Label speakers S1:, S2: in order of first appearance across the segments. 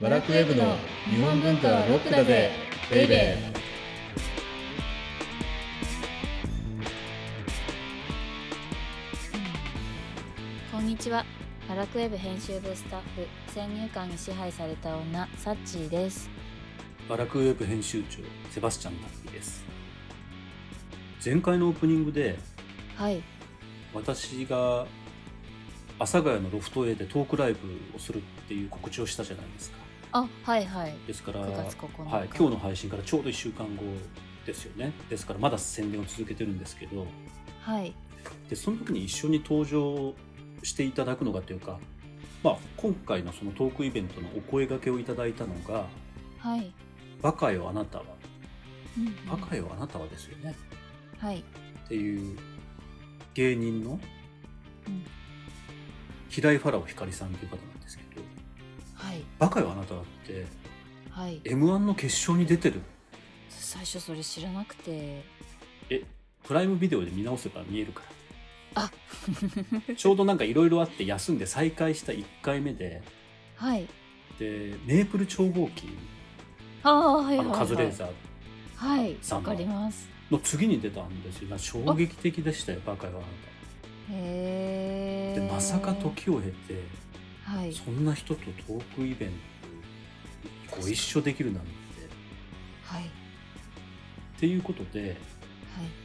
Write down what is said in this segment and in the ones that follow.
S1: バラクウェブの日本文化はロックだぜベイベー
S2: こんにちは。バラクウェブ編集部スタッフ、先入観に支配された女、サッチーです。
S3: バラクウェブ編集長セバスチャン達樹です前回のオープニングで
S2: はい。
S3: 私が阿佐ヶ谷のロフト A でトークライブをするっていう告知をしたじゃないですか
S2: あ、はいはい。
S3: ですから、
S2: 9
S3: はい
S2: 月、9日。
S3: 今日の配信からちょうど1週間後ですよねですからまだ宣伝を続けてるんですけど
S2: はい。
S3: でその時に一緒に登場していただくのがというか、まあ、今回のそのトークイベントのお声掛けをいただいたのが
S2: はい。
S3: 「バカよあなたは」
S2: うん
S3: 「バカよあなたは」ですよね
S2: はい。
S3: っていう芸人の
S2: うん
S3: 平井ファラオ光さんという方なんですけど
S2: はい。
S3: 「バカよあなたは」って
S2: はい。
S3: m 1の決勝に出てる
S2: 最初それ知らなくて。
S3: えプライムビデオで見直せば見えるから
S2: あ
S3: ちょうどなんかいろいろあって休んで再開した1回目で
S2: はい。
S3: でメープル超合金
S2: ああ、はいは
S3: あ
S2: い、
S3: の
S2: はい。
S3: カズレーザー
S2: はい。
S3: さ
S2: わ
S3: んの
S2: かります。
S3: の次に出たんですよな衝撃的でしたよ「バカよあな
S2: へ
S3: た」
S2: え。
S3: でまさか。時を経て
S2: はい。
S3: そんな人とトークイベントご一緒できるなんて
S2: はい。はい。
S3: っていうことで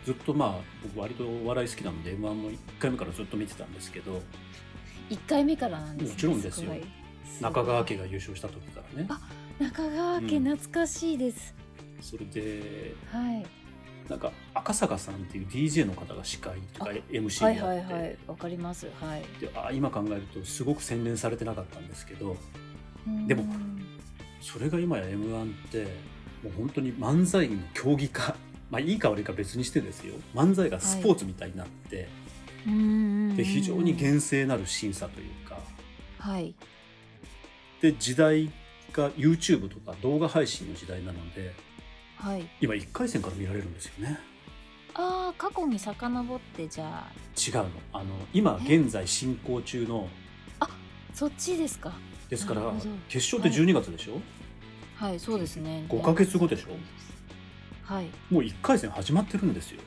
S3: ずっとまあ僕割とお笑い好きなので m 1も1回目からずっと見てたんですけど
S2: 一回目からなんです、ね。
S3: もちろんですよ
S2: ごい。すごい
S3: 中川家が優勝した時からね
S2: あ中川家
S3: うん
S2: 懐かしいです。
S3: それで
S2: はい。
S3: なんか赤坂さんっていう DJ の方が司会とか
S2: あ
S3: MC
S2: はい
S3: や
S2: はい
S3: っ
S2: は
S3: て
S2: い。わかります。はい。
S3: であ今考えるとすごく洗練されてなかったんですけどでも
S2: うん
S3: それが今や m 1ってもう本当に漫才の競技化 まあいいか悪いか別にしてですよ漫才がスポーツみたいになって、
S2: うんうんうん
S3: で非常に厳正なる審査というか。
S2: はい
S3: で時代が YouTube とか動画配信の時代なので
S2: はい
S3: 今1回戦から見られるんですよね
S2: ああ過去に遡ってじゃあ
S3: 違うのあの今
S2: え
S3: 現在進行中の
S2: そっちですか
S3: ですから
S2: なるほど
S3: 決勝って12月でしょ、
S2: はいそうですね
S3: 5ヶ月後でしょ
S2: はい
S3: もう1回戦始まってるんですよ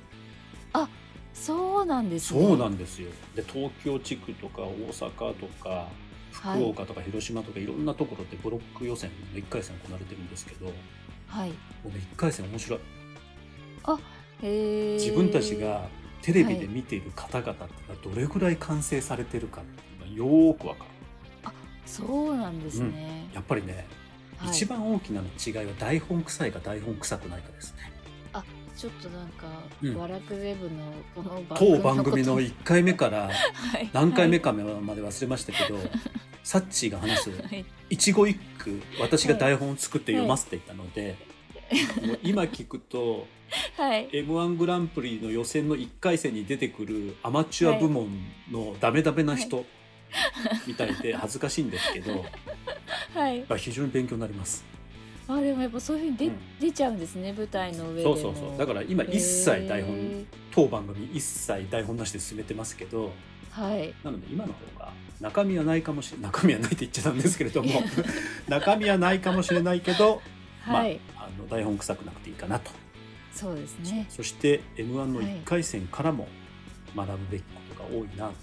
S2: そうなんですね
S3: そうなんですよで東京地区とか大阪とか
S2: は
S3: 福
S2: い
S3: 岡とか広島とかいろんなところでブロック予選の1回戦行われてるんですけども
S2: はいう
S3: ね1回戦面白い
S2: へえ
S3: 自分たちがテレビで見ている方々っていうのはどれぐらい完成されてるかっていうのがよーくわかる
S2: そうなんですね、
S3: やっぱりね、
S2: はい
S3: 一番大きな違いは台本臭いか台本臭くないかですね
S2: ちょっとなんか、
S3: うん
S2: ワラクウェブのこの番組
S3: 当番組の
S2: こと
S3: 1回目から
S2: はい
S3: 何回目
S2: か
S3: かまで忘れましたけど、サッチーが話す
S2: はい
S3: 一期一句私が台本を作って読ませていたので、もう今聞くと
S2: はい、
S3: m 1グランプリの予選の1回戦に出てくるアマチュア部門のダメダメな人みたいで恥ずかしいんですけど、
S2: はい、
S3: まあ非常に勉強になります。
S2: あでもやっぱそういうふうに出,、
S3: うん
S2: 出ちゃうんですね舞台の上で
S3: そ
S2: も
S3: うそうそうだから今一切台本、
S2: へー
S3: 当番組一切台本なしで進めてますけど
S2: はい
S3: なので今の方が中身はないかもしれ 中身はないって言っちゃったんですけれども 中身はないかもしれないけど、
S2: はい、
S3: まあ、あの台本臭くなくていいかなと、
S2: そうですね。
S3: そして m 1の
S2: はい
S3: 1回戦からも学ぶべきことが多いなと。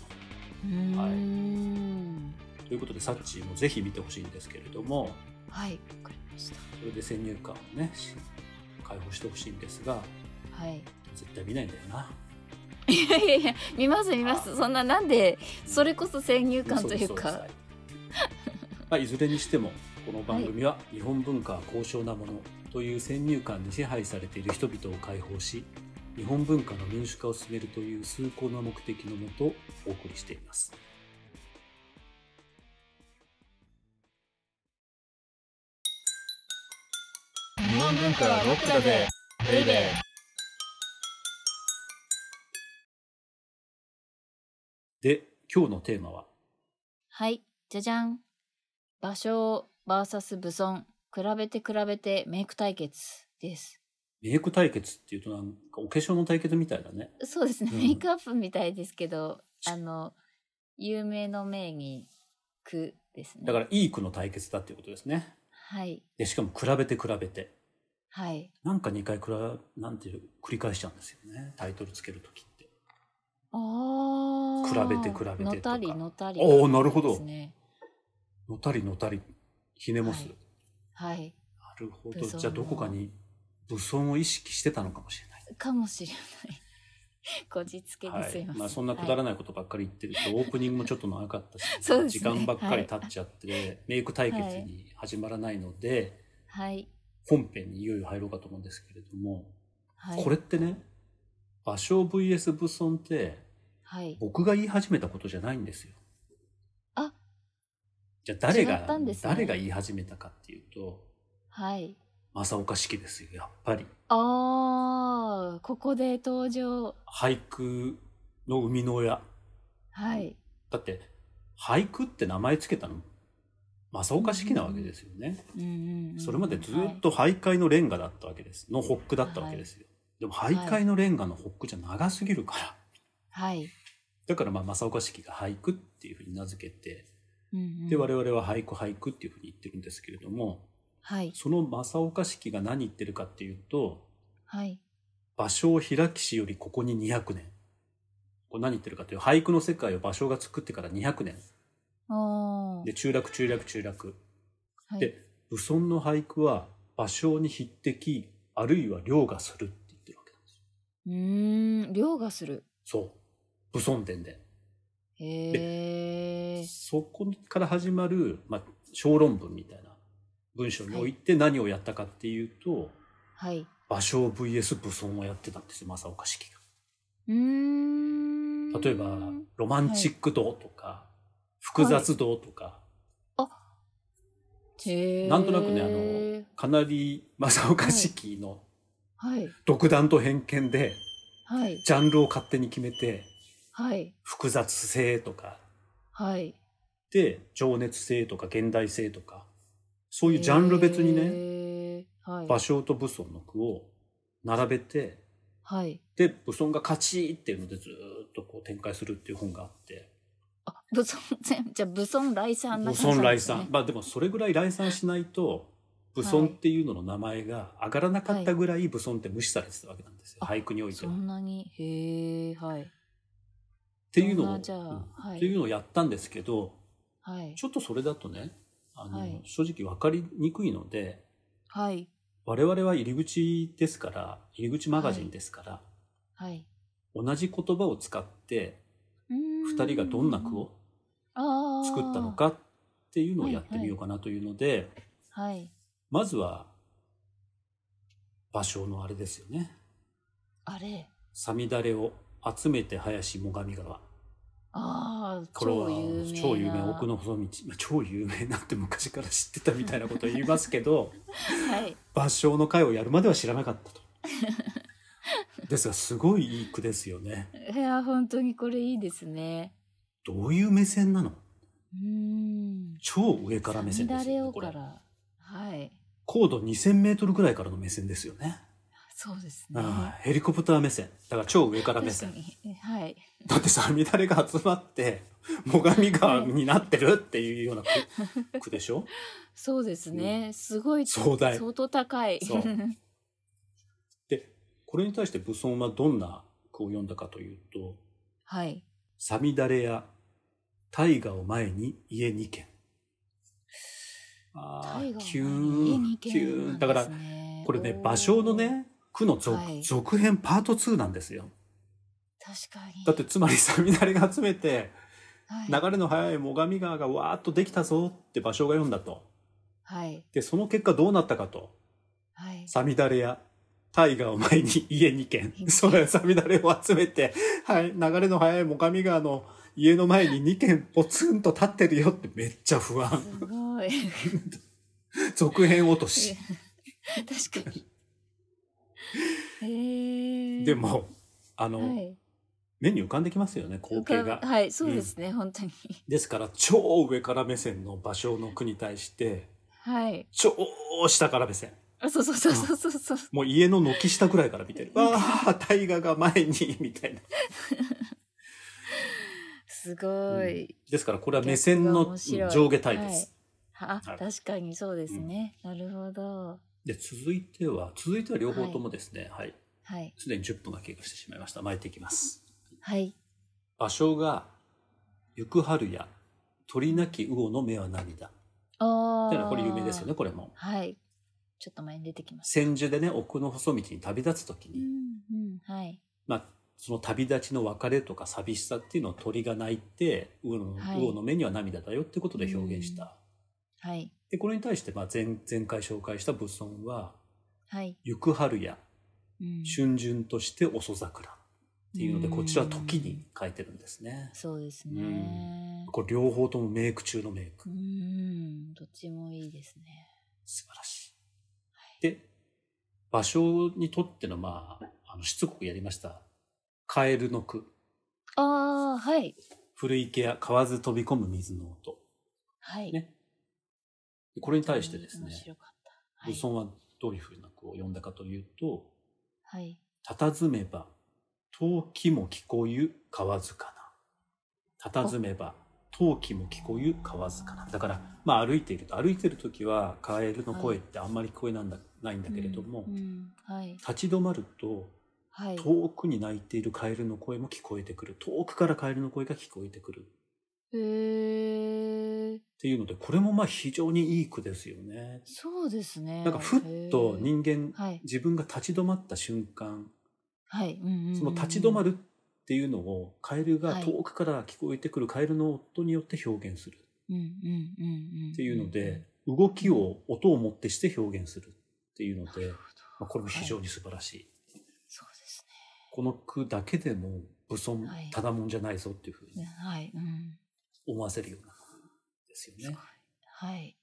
S2: うーん。
S3: ということでサッチーもぜひ見てほしいんですけれども
S2: はい、わかりました。
S3: それで先入観をねし解放してほしいんですが
S2: はい。
S3: 絶対見ないんだよな。
S2: いやいやいや、見ます見ます。そんななんでそれこそ先入観という
S3: そう
S2: か
S3: で、す。まあ、いずれにしても、この番組は日本文化は高尚なものという先入観に支配されている人々を解放し、日本文化の民主化を進めるという崇高な目的のもとお送りしています。
S1: 日本文化はロックだぜベイベ
S3: で、今日のテーマは、
S2: はい、じゃじゃん。芭蕉 vs 武尊、比べて比べてメイク対決です。
S3: メイク対決っていうとなんかお化粧の対決みたいだね。
S2: そうですね、
S3: うん
S2: メイクアップみたいですけど、あの有名の名に句ですね。
S3: だからいい句の対決だっていうことですね。
S2: はい
S3: でしかも比べて比べて
S2: はい
S3: なんか2回くらなんていう繰り返しちゃうんですよねタイトルつける時って
S2: あ
S3: 比
S2: あ
S3: べて比べてとか
S2: のたりのたり
S3: おーなるほど
S2: ですね
S3: のたりのたりひねもす、
S2: はいはい
S3: なるほ
S2: 武
S3: ど
S2: 装の
S3: じゃあどこかに武装を意識してたのかもしれない
S2: かもしれない こじつけ
S3: は
S2: ですい
S3: い
S2: ません、
S3: まあ、そんなくだら
S2: はい
S3: ないことばっかり言ってると、オープニングもちょっと長かったし
S2: そうです
S3: 時
S2: ね
S3: 間ばっかり経っちゃって、メイク対決に始まらないので、
S2: はい、
S3: 本編にいよいよ入ろうかと思うんですけれども、
S2: はい、
S3: これってね芭蕉 VS 武尊って
S2: はい
S3: 僕が言い始めたことじゃないんですよ。
S2: あ
S3: じゃあ誰
S2: 違っ
S3: が、
S2: たんですね
S3: 誰が言い始めたかっていうと
S2: はい
S3: 正岡子規ですよやっぱり。
S2: ああここで登場
S3: 俳句の生みの親
S2: はい
S3: だって俳句って名前つけたの正岡子規なわけですよね。
S2: うんうんうん
S3: それまでずっと俳諧のレンガだったわけです。の北句だったわけですよ。でも俳諧のレンガの北句じゃ長すぎるから。
S2: はい、はい
S3: だからまあ正岡子規が俳句っていうふうに名付けて、
S2: うんうん、
S3: で我々は俳句俳句っていうふうに言ってるんですけれども、
S2: はい
S3: その正岡子規が何言ってるかっていうと、
S2: はい
S3: 芭蕉開き氏よりここに200年。これ何言ってるかというと俳句の世界を芭蕉が作ってから200年。
S2: おー
S3: で、中落中落中落。
S2: はい
S3: で、武尊の俳句は芭蕉に匹敵、あるいは凌駕するって言ってるわけなんですよ。
S2: うーん凌駕する
S3: そう。武尊伝で。
S2: へえ
S3: そこから始まる、まあ、小論文みたいな文章において何をやったかっていうと、
S2: はい
S3: 芭蕉 VS 武尊をやってたんですよ、正岡子規
S2: うーん
S3: が。例えば、ロマンチック度とか、複雑度とか、
S2: へー
S3: なんとなくねあのかなり正岡子規の
S2: はい
S3: 独断と偏見で、
S2: はい
S3: ジャンルを勝手に決めて、
S2: はい
S3: 複雑性とか、
S2: はい
S3: で、情熱性とか現代性とか、そういうジャンル別にね、
S2: ねはい
S3: 芭蕉と武尊の句を並べて、
S2: はい
S3: で武尊が勝ちっていうのでずーっとこう展開するっていう本があって
S2: あ武尊 じゃあ武尊来さんな感
S3: 武
S2: じな
S3: 尊
S2: んで
S3: 来
S2: すね
S3: 賛まあでもそれぐらい来賛しないと武尊っていうのの名前が上がらなかったぐらい武尊って無視されてたわけなんですよ、
S2: は
S3: 俳句において
S2: そ
S3: は。っ
S2: んなにへえはい
S3: ていう
S2: そん
S3: のを、
S2: なじゃあ
S3: うん
S2: はい
S3: っていうのをやったんですけど
S2: はい
S3: ちょっとそれだとねあの、
S2: はい
S3: 正直分かりにくいので
S2: はい
S3: 我々は入り口ですから入り口マガジンですから、
S2: はい
S3: 同じ言葉を使って
S2: 二
S3: 2人がどんな句を作ったのかっていうのをやってみようかなというので、
S2: はい
S3: まずは芭蕉のあれですよね
S2: あれ
S3: 「さみだれを集めて林最上川」
S2: ああ
S3: これは超
S2: 超
S3: 有
S2: 有名
S3: 名
S2: な
S3: 奥の細道まあ超有名なんて昔から知ってたみたいなことを言いますけど
S2: はい
S3: 芭蕉の会をやるまでは知らなかった と。ですがすごいいい句ですよね。
S2: いや本当にこれいいですね
S3: どういう目線なの
S2: うーん
S3: 超上から目線で
S2: 乱
S3: す
S2: れ
S3: よね
S2: を
S3: こ
S2: か
S3: れ。
S2: らはい
S3: 高度2000メートルぐらいからの目線ですよね。
S2: そうですね
S3: ああヘリコプター目線だから超上から目
S2: 確か
S3: 線
S2: にはい
S3: だってさ乱れが集まって最上川になってるっていうような句句で しょ
S2: そうですね、すごい
S3: 壮大
S2: 相当高い
S3: そうでこれに対して武尊はどんな句を読んだかというと
S2: はい
S3: 「さ乱れや大河を前に家二軒」あ
S2: 大
S3: ー
S2: 河
S3: キュ
S2: 家に
S3: ーン
S2: 行け
S3: キューンだからこれね芭蕉のね句の続,、
S2: はい
S3: 続編パート2なんですよ
S2: 確かに
S3: だってつまりさ乱れが集めて
S2: はい
S3: 流れの速い最上川がわーっとできたぞって芭蕉が読んだと
S2: はい
S3: でその結果どうなったかと
S2: はい
S3: サミダレやタイガーを前に家2軒それサミダレを集めて、はい、流れの速い最上川の家の前に2軒ポツンと立ってるよってめっちゃ不安
S2: すごい
S3: 続編落とし
S2: 確か にへえ
S3: でもあの、
S2: はい
S3: 目に浮かんできますよね光景が、
S2: はいそうですね、本当に
S3: ですから超上から目線の芭蕉の句に対して
S2: はい
S3: 超下から目線
S2: あそうそうそうそうそうそう
S3: もう家の軒下ぐらいから見てる「わあ大河が前に」 みたいな
S2: すごい、
S3: ですからこれは目線の
S2: 面白い
S3: 上下対です、
S2: あ
S3: はい
S2: 確かにそうですね、なるほど
S3: で続いては続いては両方ともですねはい
S2: はい
S3: すで、に10分が経過してしまいました巻いていきます
S2: はい
S3: 場所が「行く春や鳥なき魚の目は涙」
S2: あ
S3: っていうの
S2: あ
S3: はこれ有名ですよねこれも
S2: はいちょっと前に出てきました
S3: 千住でね奥の細道に旅立つ時
S2: う
S3: に、
S2: んうんはい
S3: まあ、その旅立ちの別れとか寂しさっていうのを鳥が鳴いて魚の,、
S2: はい
S3: 魚の目には涙だよってことで表現した、
S2: うはい
S3: でこれに対してまあ前前回紹介した仏尊は
S2: はい
S3: 「行く春や
S2: うん
S3: 春巡として遅桜」っていうのでこちらは時に書いてるんですね。
S2: そうですね
S3: これ両方ともメイク中のメイク
S2: う。んどっちもいいですね
S3: 素晴らしい。で、場所にとっての、まあ、あの、しつこくやりました、カエルの句、
S2: ああはい
S3: 古池や河津飛び込む水の音。
S2: はい
S3: ねこれに対してですね
S2: 面、白かったは
S3: 武
S2: い
S3: 尊はどういうふうな句を読んだかというと、
S2: はい
S3: たたずめば、陶器も聞こゆ河津かな。たたずめば、陶器も聞こゆ河津かな。だから、まあ歩いていると、歩いてる時はカエルの声ってあんまり聞こえなんだ、ないんだけれども、
S2: うんうんはい
S3: 立ち止まると、
S2: はい
S3: 遠くに鳴いているカエルの声も聞こえてくる遠くからカエルの声が聞こえてくるっ
S2: へえ
S3: ていうのでこれもまあ非常にいい句ですよね。
S2: そうですね
S3: なんかふっと
S2: へー
S3: 人間
S2: はい
S3: 自分が立ち止まった瞬間
S2: はいうんうんうん
S3: その立ち止まるっていうのをカエルが
S2: はい
S3: 遠くから聞こえてくるカエルの音によって表現する
S2: うんうんうんうんうん
S3: っていうので動きを音をもってして表現するっていうので、まあ、これも非常
S2: はい
S3: に素晴らしい。
S2: そうです
S3: この句だけでも武尊
S2: はい
S3: ただもんじゃないぞっていうふう
S2: ね
S3: に
S2: はいうん
S3: 思わせるようなですよね。
S2: すごいはい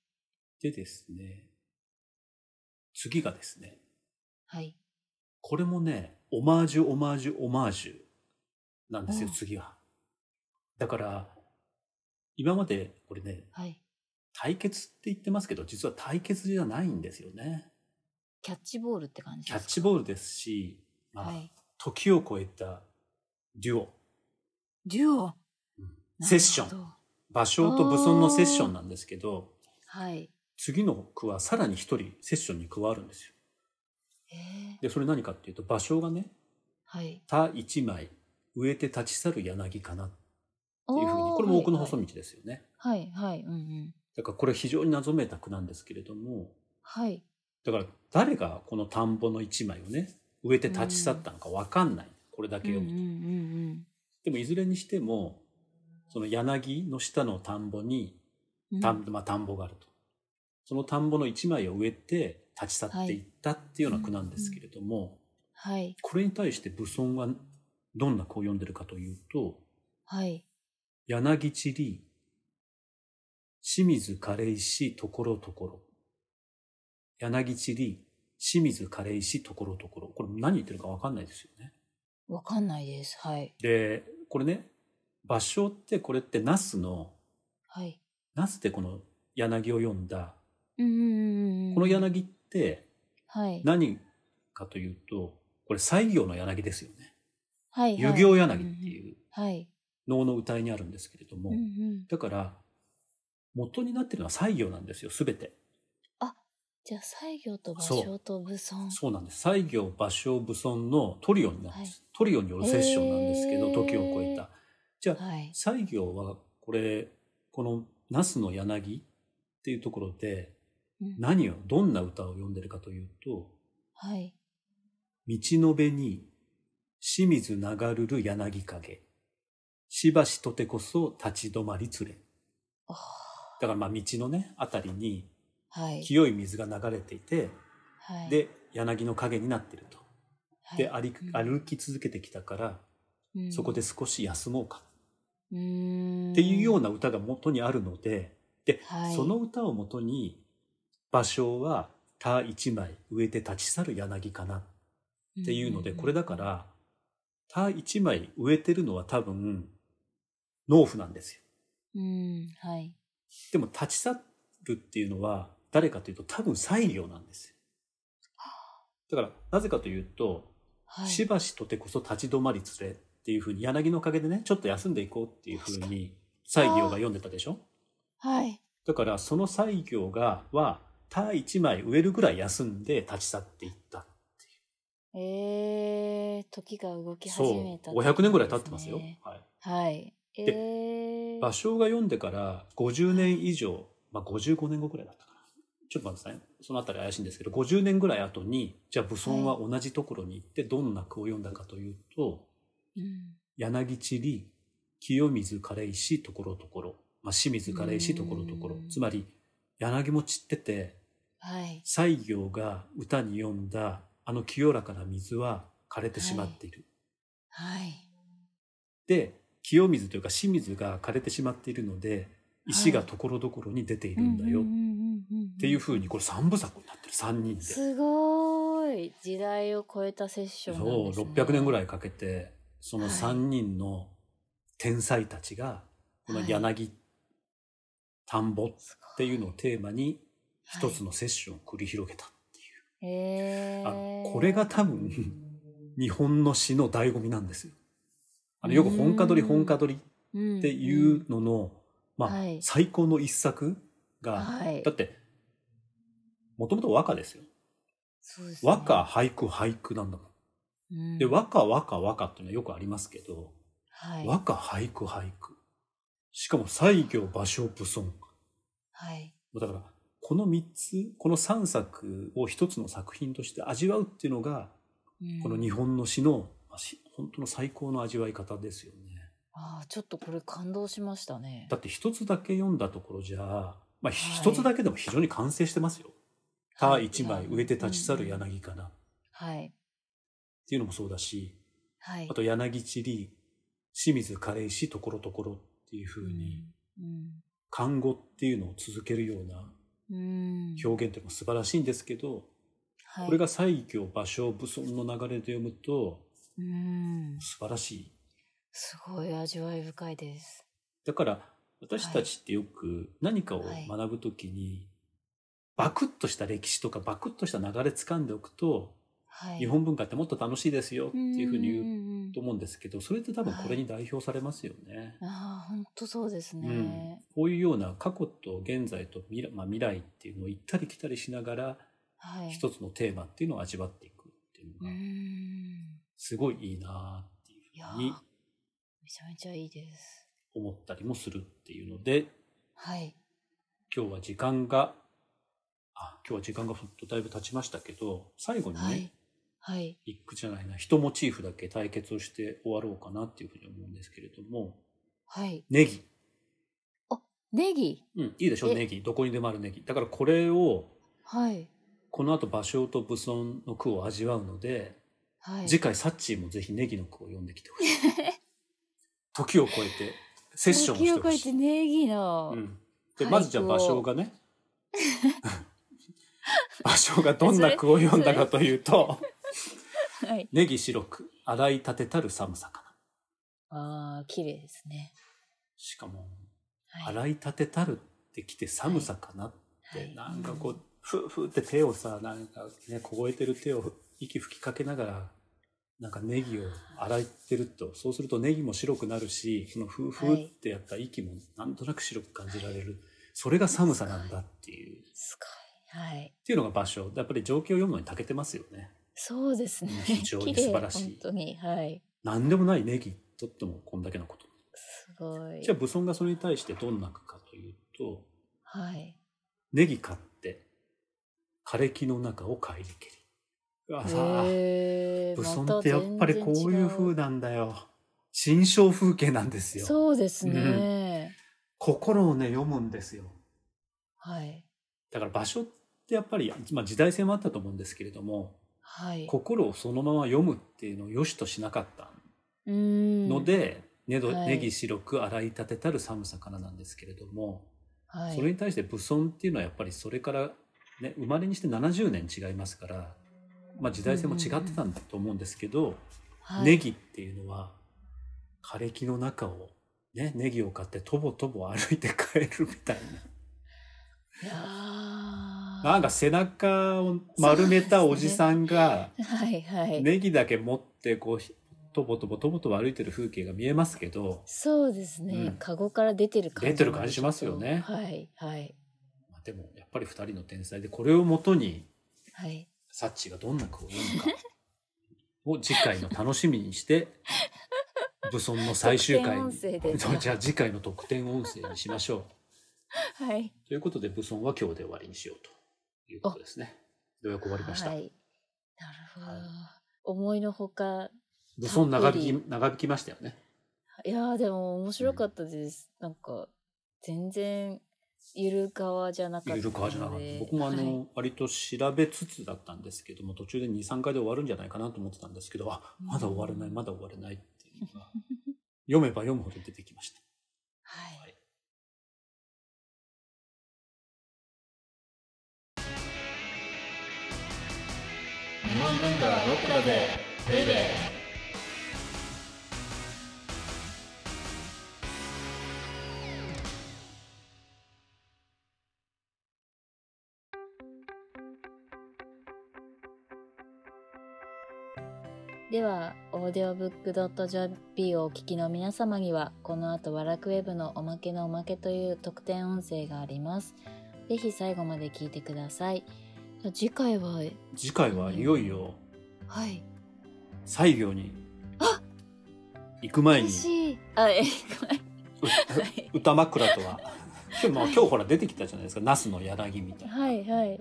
S3: でですね、次がですね、
S2: はい
S3: これもね、オマージュ、オマージュ、オマージュなんですよ
S2: う、ん
S3: 次は。だから、今までこれね、
S2: はい
S3: 対決って言ってますけど、実は対決じゃないんですよね。
S2: キャッチボールって感じ
S3: キャ
S2: で
S3: ッ
S2: す
S3: チボールですし、
S2: か
S3: ま
S2: は
S3: あ
S2: い
S3: 時を超えたデュオ、
S2: デュオ
S3: セッショ
S2: なる
S3: ン、
S2: ほど
S3: 芭蕉と武尊のセッションなんですけど、
S2: はい
S3: 次の句はさらに一人セッションに加わるんですよ。
S2: えー
S3: で、それ何かっていうと、芭蕉がね、
S2: はい
S3: 他一枚植えて立ち去る柳かなっていうふう
S2: あ
S3: に
S2: ー
S3: これも奥の細
S2: は
S3: 道
S2: い
S3: ですよね、
S2: はいはいうんうん
S3: だからこれ非常に謎めいた句なんですけれども
S2: はい
S3: だから誰がこの田んぼの一枚をね植えて立ち去ったのかわかんない、これだけ
S2: うんうんう
S3: 読むと、
S2: ん
S3: でもいずれにしてもその柳の下の田んぼに
S2: うん
S3: 田,、まあ、田んぼがあるとその田んぼの一枚を植えて立ち去っていったっていうような句なんですけれども、
S2: はい
S3: これに対して武尊はどんな句を読んでるかというと
S2: はい
S3: 柳散り、清水枯れ石ところところ。柳散り、清水枯れ石ところところ。これ何言ってるかわかんないですよね。
S2: わかんないですはい
S3: で、これね、場所ってこれってナスの、
S2: はい
S3: ナスってこの柳を読んだ。
S2: うんうんうんうん
S3: この柳って
S2: はい
S3: 何かというと、これ西行の柳ですよね。
S2: はいはい
S3: 遊行柳っていう
S2: はい
S3: 能の歌いにあるんですけれども
S2: うんう。ん
S3: だから、元になってるのは西行なんですよ、すべて。
S2: じゃあ西行と芭
S3: そ
S2: 蕉と武尊
S3: そうなんです西行芭蕉武尊のトリオになるんです、トリオによるセッションなんですけど、
S2: へー
S3: 時を超えたじゃあ、
S2: はい
S3: 西行はこれこの「那須の柳」っていうところで
S2: うん
S3: 何をどんな歌を読んでるかというと
S2: はい
S3: 「道のべに清水流るる柳影しばしとてこそ立ち止まりつれ」
S2: あ
S3: だからまあ道のねあたりに
S2: ーはい
S3: 清い水が流れていて、
S2: はい
S3: で柳の影になってると。
S2: はい
S3: で歩き
S2: うん
S3: 歩き続けてきたから、
S2: うん
S3: そこで少し休もうか
S2: うーん
S3: っていうような歌が元にあるので、で、
S2: はい
S3: その歌を元に芭蕉は他一枚植えて立ち去る柳かなっていうので、
S2: んん
S3: これだから他一枚植えてるのは多分農夫なんですよ。
S2: うんはい
S3: でも立ち去るっていうのは誰かというと多分西行なんですよ。だからなぜかというと
S2: はい
S3: しばしとてこそ立ち止まりつれっていうふうに柳の陰でねちょっと休んでいこうっていうふうに西行が読んでたでしょ
S2: はい
S3: だからその西行がは他一枚植えるぐらい休んで立ち去っていった
S2: えー、時が動き始めた
S3: そう500年ぐらい経ってますよ、はい、
S2: はい。え
S3: で
S2: ー、
S3: 芭蕉が読んでから50年以上、まあ、55年後くらいだったかなちょっと待ってくださいねそのあたり怪しいんですけど50年ぐらい後にじゃあ武尊は同じところに行ってどんな句を読んだかというと、
S2: うん
S3: 柳散り清水枯れ石ところどころ、まあ、清水枯れ石ところどころ
S2: うん
S3: つまり柳も散ってて
S2: はい。
S3: 西行が歌に詠んだあの清らかな水は枯れてしまっている、
S2: はい。
S3: で清水というか清水が枯れてしまっているので石がところどころに出ているんだよ
S2: うんうん
S3: っ
S2: うんうんうんうん
S3: ていうふうにこれ三部作になってる三人で。
S2: すごーい時代を超えたセッションなんです、
S3: そう
S2: ね、
S3: 600年ぐ
S2: い
S3: らいかけてその
S2: はい
S3: 3人の天才たちがこの柳、田んぼっていうのをテーマに一つのセッションを繰り広げたっていう、
S2: へ
S3: あ
S2: ー
S3: のこれが多分 日本の詩の醍醐味なんですよ。あのよく本家取り
S2: うん
S3: 本家取り
S2: っ
S3: っていうのの、まあ
S2: はい
S3: 最高の一作が、
S2: はい
S3: だってもともと和歌ですよ。
S2: そうですね
S3: 和歌、俳句俳句なんだもん。
S2: うん
S3: で和歌和歌和歌っていうのはよくありますけど、
S2: はい
S3: 和歌俳句俳句しかも西行芭蕉武尊
S2: はい
S3: だからこの3つこの3作を1つの作品として味わうっていうのが
S2: うん
S3: この日本の詩の、まあし本当の最高の味わい方ですよね
S2: あーちょっとこれ感動しましたね
S3: だって1つだけ読んだところじゃ、まあ、
S2: い
S3: 1つだけでも非常に完成してますよ「他、
S2: はい
S3: 1枚植えて立ち去る柳かな」っ
S2: はい
S3: ていうのもそうだし
S2: はい
S3: あと「柳散り清水枯れ石ところところ」っていうふうに
S2: うん
S3: 漢語っていうのを続けるような
S2: うん
S3: 表現っていうのも素晴らしいんですけど、
S2: はい
S3: これが西行芭蕉武尊の流れで読むと
S2: うん
S3: 素晴らしい
S2: すごい味わい深いです
S3: だから私たちってよく何かを学ぶときに、バクッとした歴史とかバクッとした流れ掴んでおくと、
S2: はい
S3: 日本文化ってもっと楽しいですよっていうふうに言う
S2: 言
S3: と思うんですけどそれって多分これに代表されますよね。
S2: ああ本当そうです
S3: うん
S2: ね、
S3: こういうような過去と現在と未来,、まあ、未来っていうのを行ったり来たりしながら
S2: はい
S3: 一つのテーマっていうのを味わっていくっていう
S2: う
S3: のが
S2: ん
S3: すごいいいなっていう
S2: いや
S3: ふう
S2: ー
S3: に
S2: めちゃめちゃいいです
S3: 思ったりもするっていうので
S2: はい
S3: 今日は時間があ今日は時間がふっとだいぶ経ちましたけど最後にね、
S2: はいはい
S3: 一句じゃないな一モチーフだけ対決をして終わろうかなっていうふうに思うんですけれども
S2: はい
S3: ネギ、
S2: ネギ
S3: うん、いいでしょ
S2: え
S3: ネギどこにでもあるネギだからこれを
S2: はい
S3: この後芭蕉と武尊の句を味わうので、
S2: はい
S3: 次回サッチーもぜひネギの句を読んできてほしい 時を超えてセッションを
S2: 時
S3: して
S2: を超
S3: ほ
S2: え
S3: しい
S2: てネギの、
S3: うんで
S2: 俳句を
S3: まずじゃあ芭蕉 がね芭蕉がどんな句を読んだかという と
S2: はい
S3: 「ネギ白く洗い立てたる寒さかな
S2: ああ綺麗ですね」
S3: しかも「
S2: はい
S3: 洗い立てたる」ってきて「寒さかな」って、
S2: はい
S3: なんかこうふうふうって手をさなんかね凍えてる手を息吹きかけながらなんかネギを洗ってるとそうするとネギも白くなるしそのふうふうってやった息もなんとなく白く感じられる、それが寒さなんだっていう。
S2: すごいはい
S3: っていうのが場所やっぱり情景を読むのに長けてますよね
S2: そうですね
S3: 非常に素晴らしい
S2: 綺麗本当にはい
S3: 何でもないネギとってもこんだけのこと
S2: すごい
S3: じゃあ武尊がそれに対してどんな句かというと
S2: はい
S3: 「ネギ買って枯れ木の中を帰りけり」うわさあ、
S2: へー
S3: 武
S2: ま
S3: 尊
S2: た
S3: ってやっぱりこういう風
S2: 全然
S3: なんだよ心象風景なんです
S2: 違う
S3: よ
S2: そうですね、
S3: 心をね読むんですよ
S2: はい
S3: だから場所ってやっぱり、まあ、時代性もあったと思うんですけれども
S2: はい
S3: 心をそのまま読むっていうのを良しとしなかったの
S2: の、
S3: で、ねど
S2: はい
S3: ネギ白く洗い立てたる寒さからなんですけれども、
S2: はい、
S3: それに対して武尊っていうのはやっぱりそれから、ね、生まれにして70年違いますから、まあ、時代性も違ってたんだと思うんですけど、
S2: はい
S3: ネギっていうのは枯れ木の中を、ね、ネギを買ってとぼとぼ歩いて帰るみたい
S2: いやー
S3: ななんか背中を丸めた
S2: そう
S3: お
S2: ですね
S3: じさんが
S2: はいはい、
S3: ネギだけ持ってこうひとぼとぼとぼとぼ歩いてる風景が見えますけど、
S2: そうですね、
S3: うん
S2: カゴから出てる感じ
S3: 出てる感じしますよね
S2: はいはい
S3: まあ、でもやっぱり2人の天才でこれをもとに
S2: はい
S3: サッチがどんな句 を読むかを次回の楽しみにして武尊の最終回に
S2: 特典音声で
S3: そうじゃあ次回の特典音声にしましょう。
S2: はい
S3: ということで武尊は今日で終わりにしようということですね。ようやく終わりました。
S2: はい、なるほど、
S3: はい
S2: 思いのほか
S3: 武尊長
S2: たっ
S3: 引き長引きましたよね。
S2: いやーでも面白かったです、なんか全然ゆる側じゃなかった
S3: い
S2: ので
S3: ろいろ変わじゃなかった。僕もあの、
S2: はい
S3: 割と調べつつだったんですけども途中で23回で終わるんじゃないかなと思ってたんですけどあまだ終われないまだ終われないっていう のが読めば読むほど出てきました。
S2: はい
S1: 日本文化はロックだぜベイベー
S2: では、オーディオブックドットジョビーをお聞きの皆様には、この後、ワラクウェブのおまけのおまけという特典音声があります。ぜひ最後まで聞いてください。じゃあ次回は、
S3: 次回はいよいよ
S2: はい。
S3: 西行に行く前に
S2: 嬉しい。あ、え、ごめん
S3: う
S2: はい
S3: 歌枕とは今日もう今日ほら出てきたじゃないですか「ナスの柳」みたいな、
S2: はい、はい。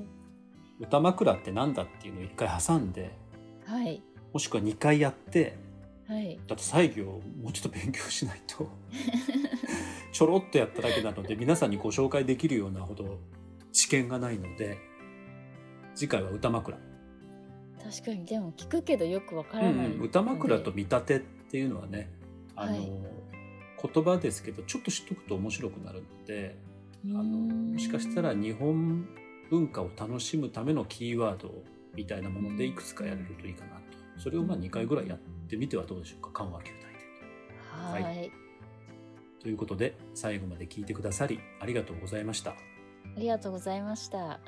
S3: 歌枕ってなんだっていうのを一回挟んで
S2: はい。
S3: もしくは2回やって
S2: はい。
S3: だって西行もうちょっと勉強しない とちょろっとやっただけなので皆さんにご紹介できるようなほど知見がないので次回は歌枕、
S2: 確かに、でも聞くけどよくわか
S3: う
S2: ら
S3: ん
S2: ない、
S3: うん、歌枕と見立てっていうのはねあの、
S2: はい
S3: 言葉ですけどちょっと知っとくと面白くなるので。
S2: あ
S3: あのもしかしたら日本文化を楽しむためのキーワードみたいなものでいくつかやれるといいかなとそれをまあ2回ぐらいやってみてはどうでしょうか緩和球体で。
S2: はい。はい。
S3: ということで最後まで聞いてくださりありがとうございました。
S2: ありがとうございました。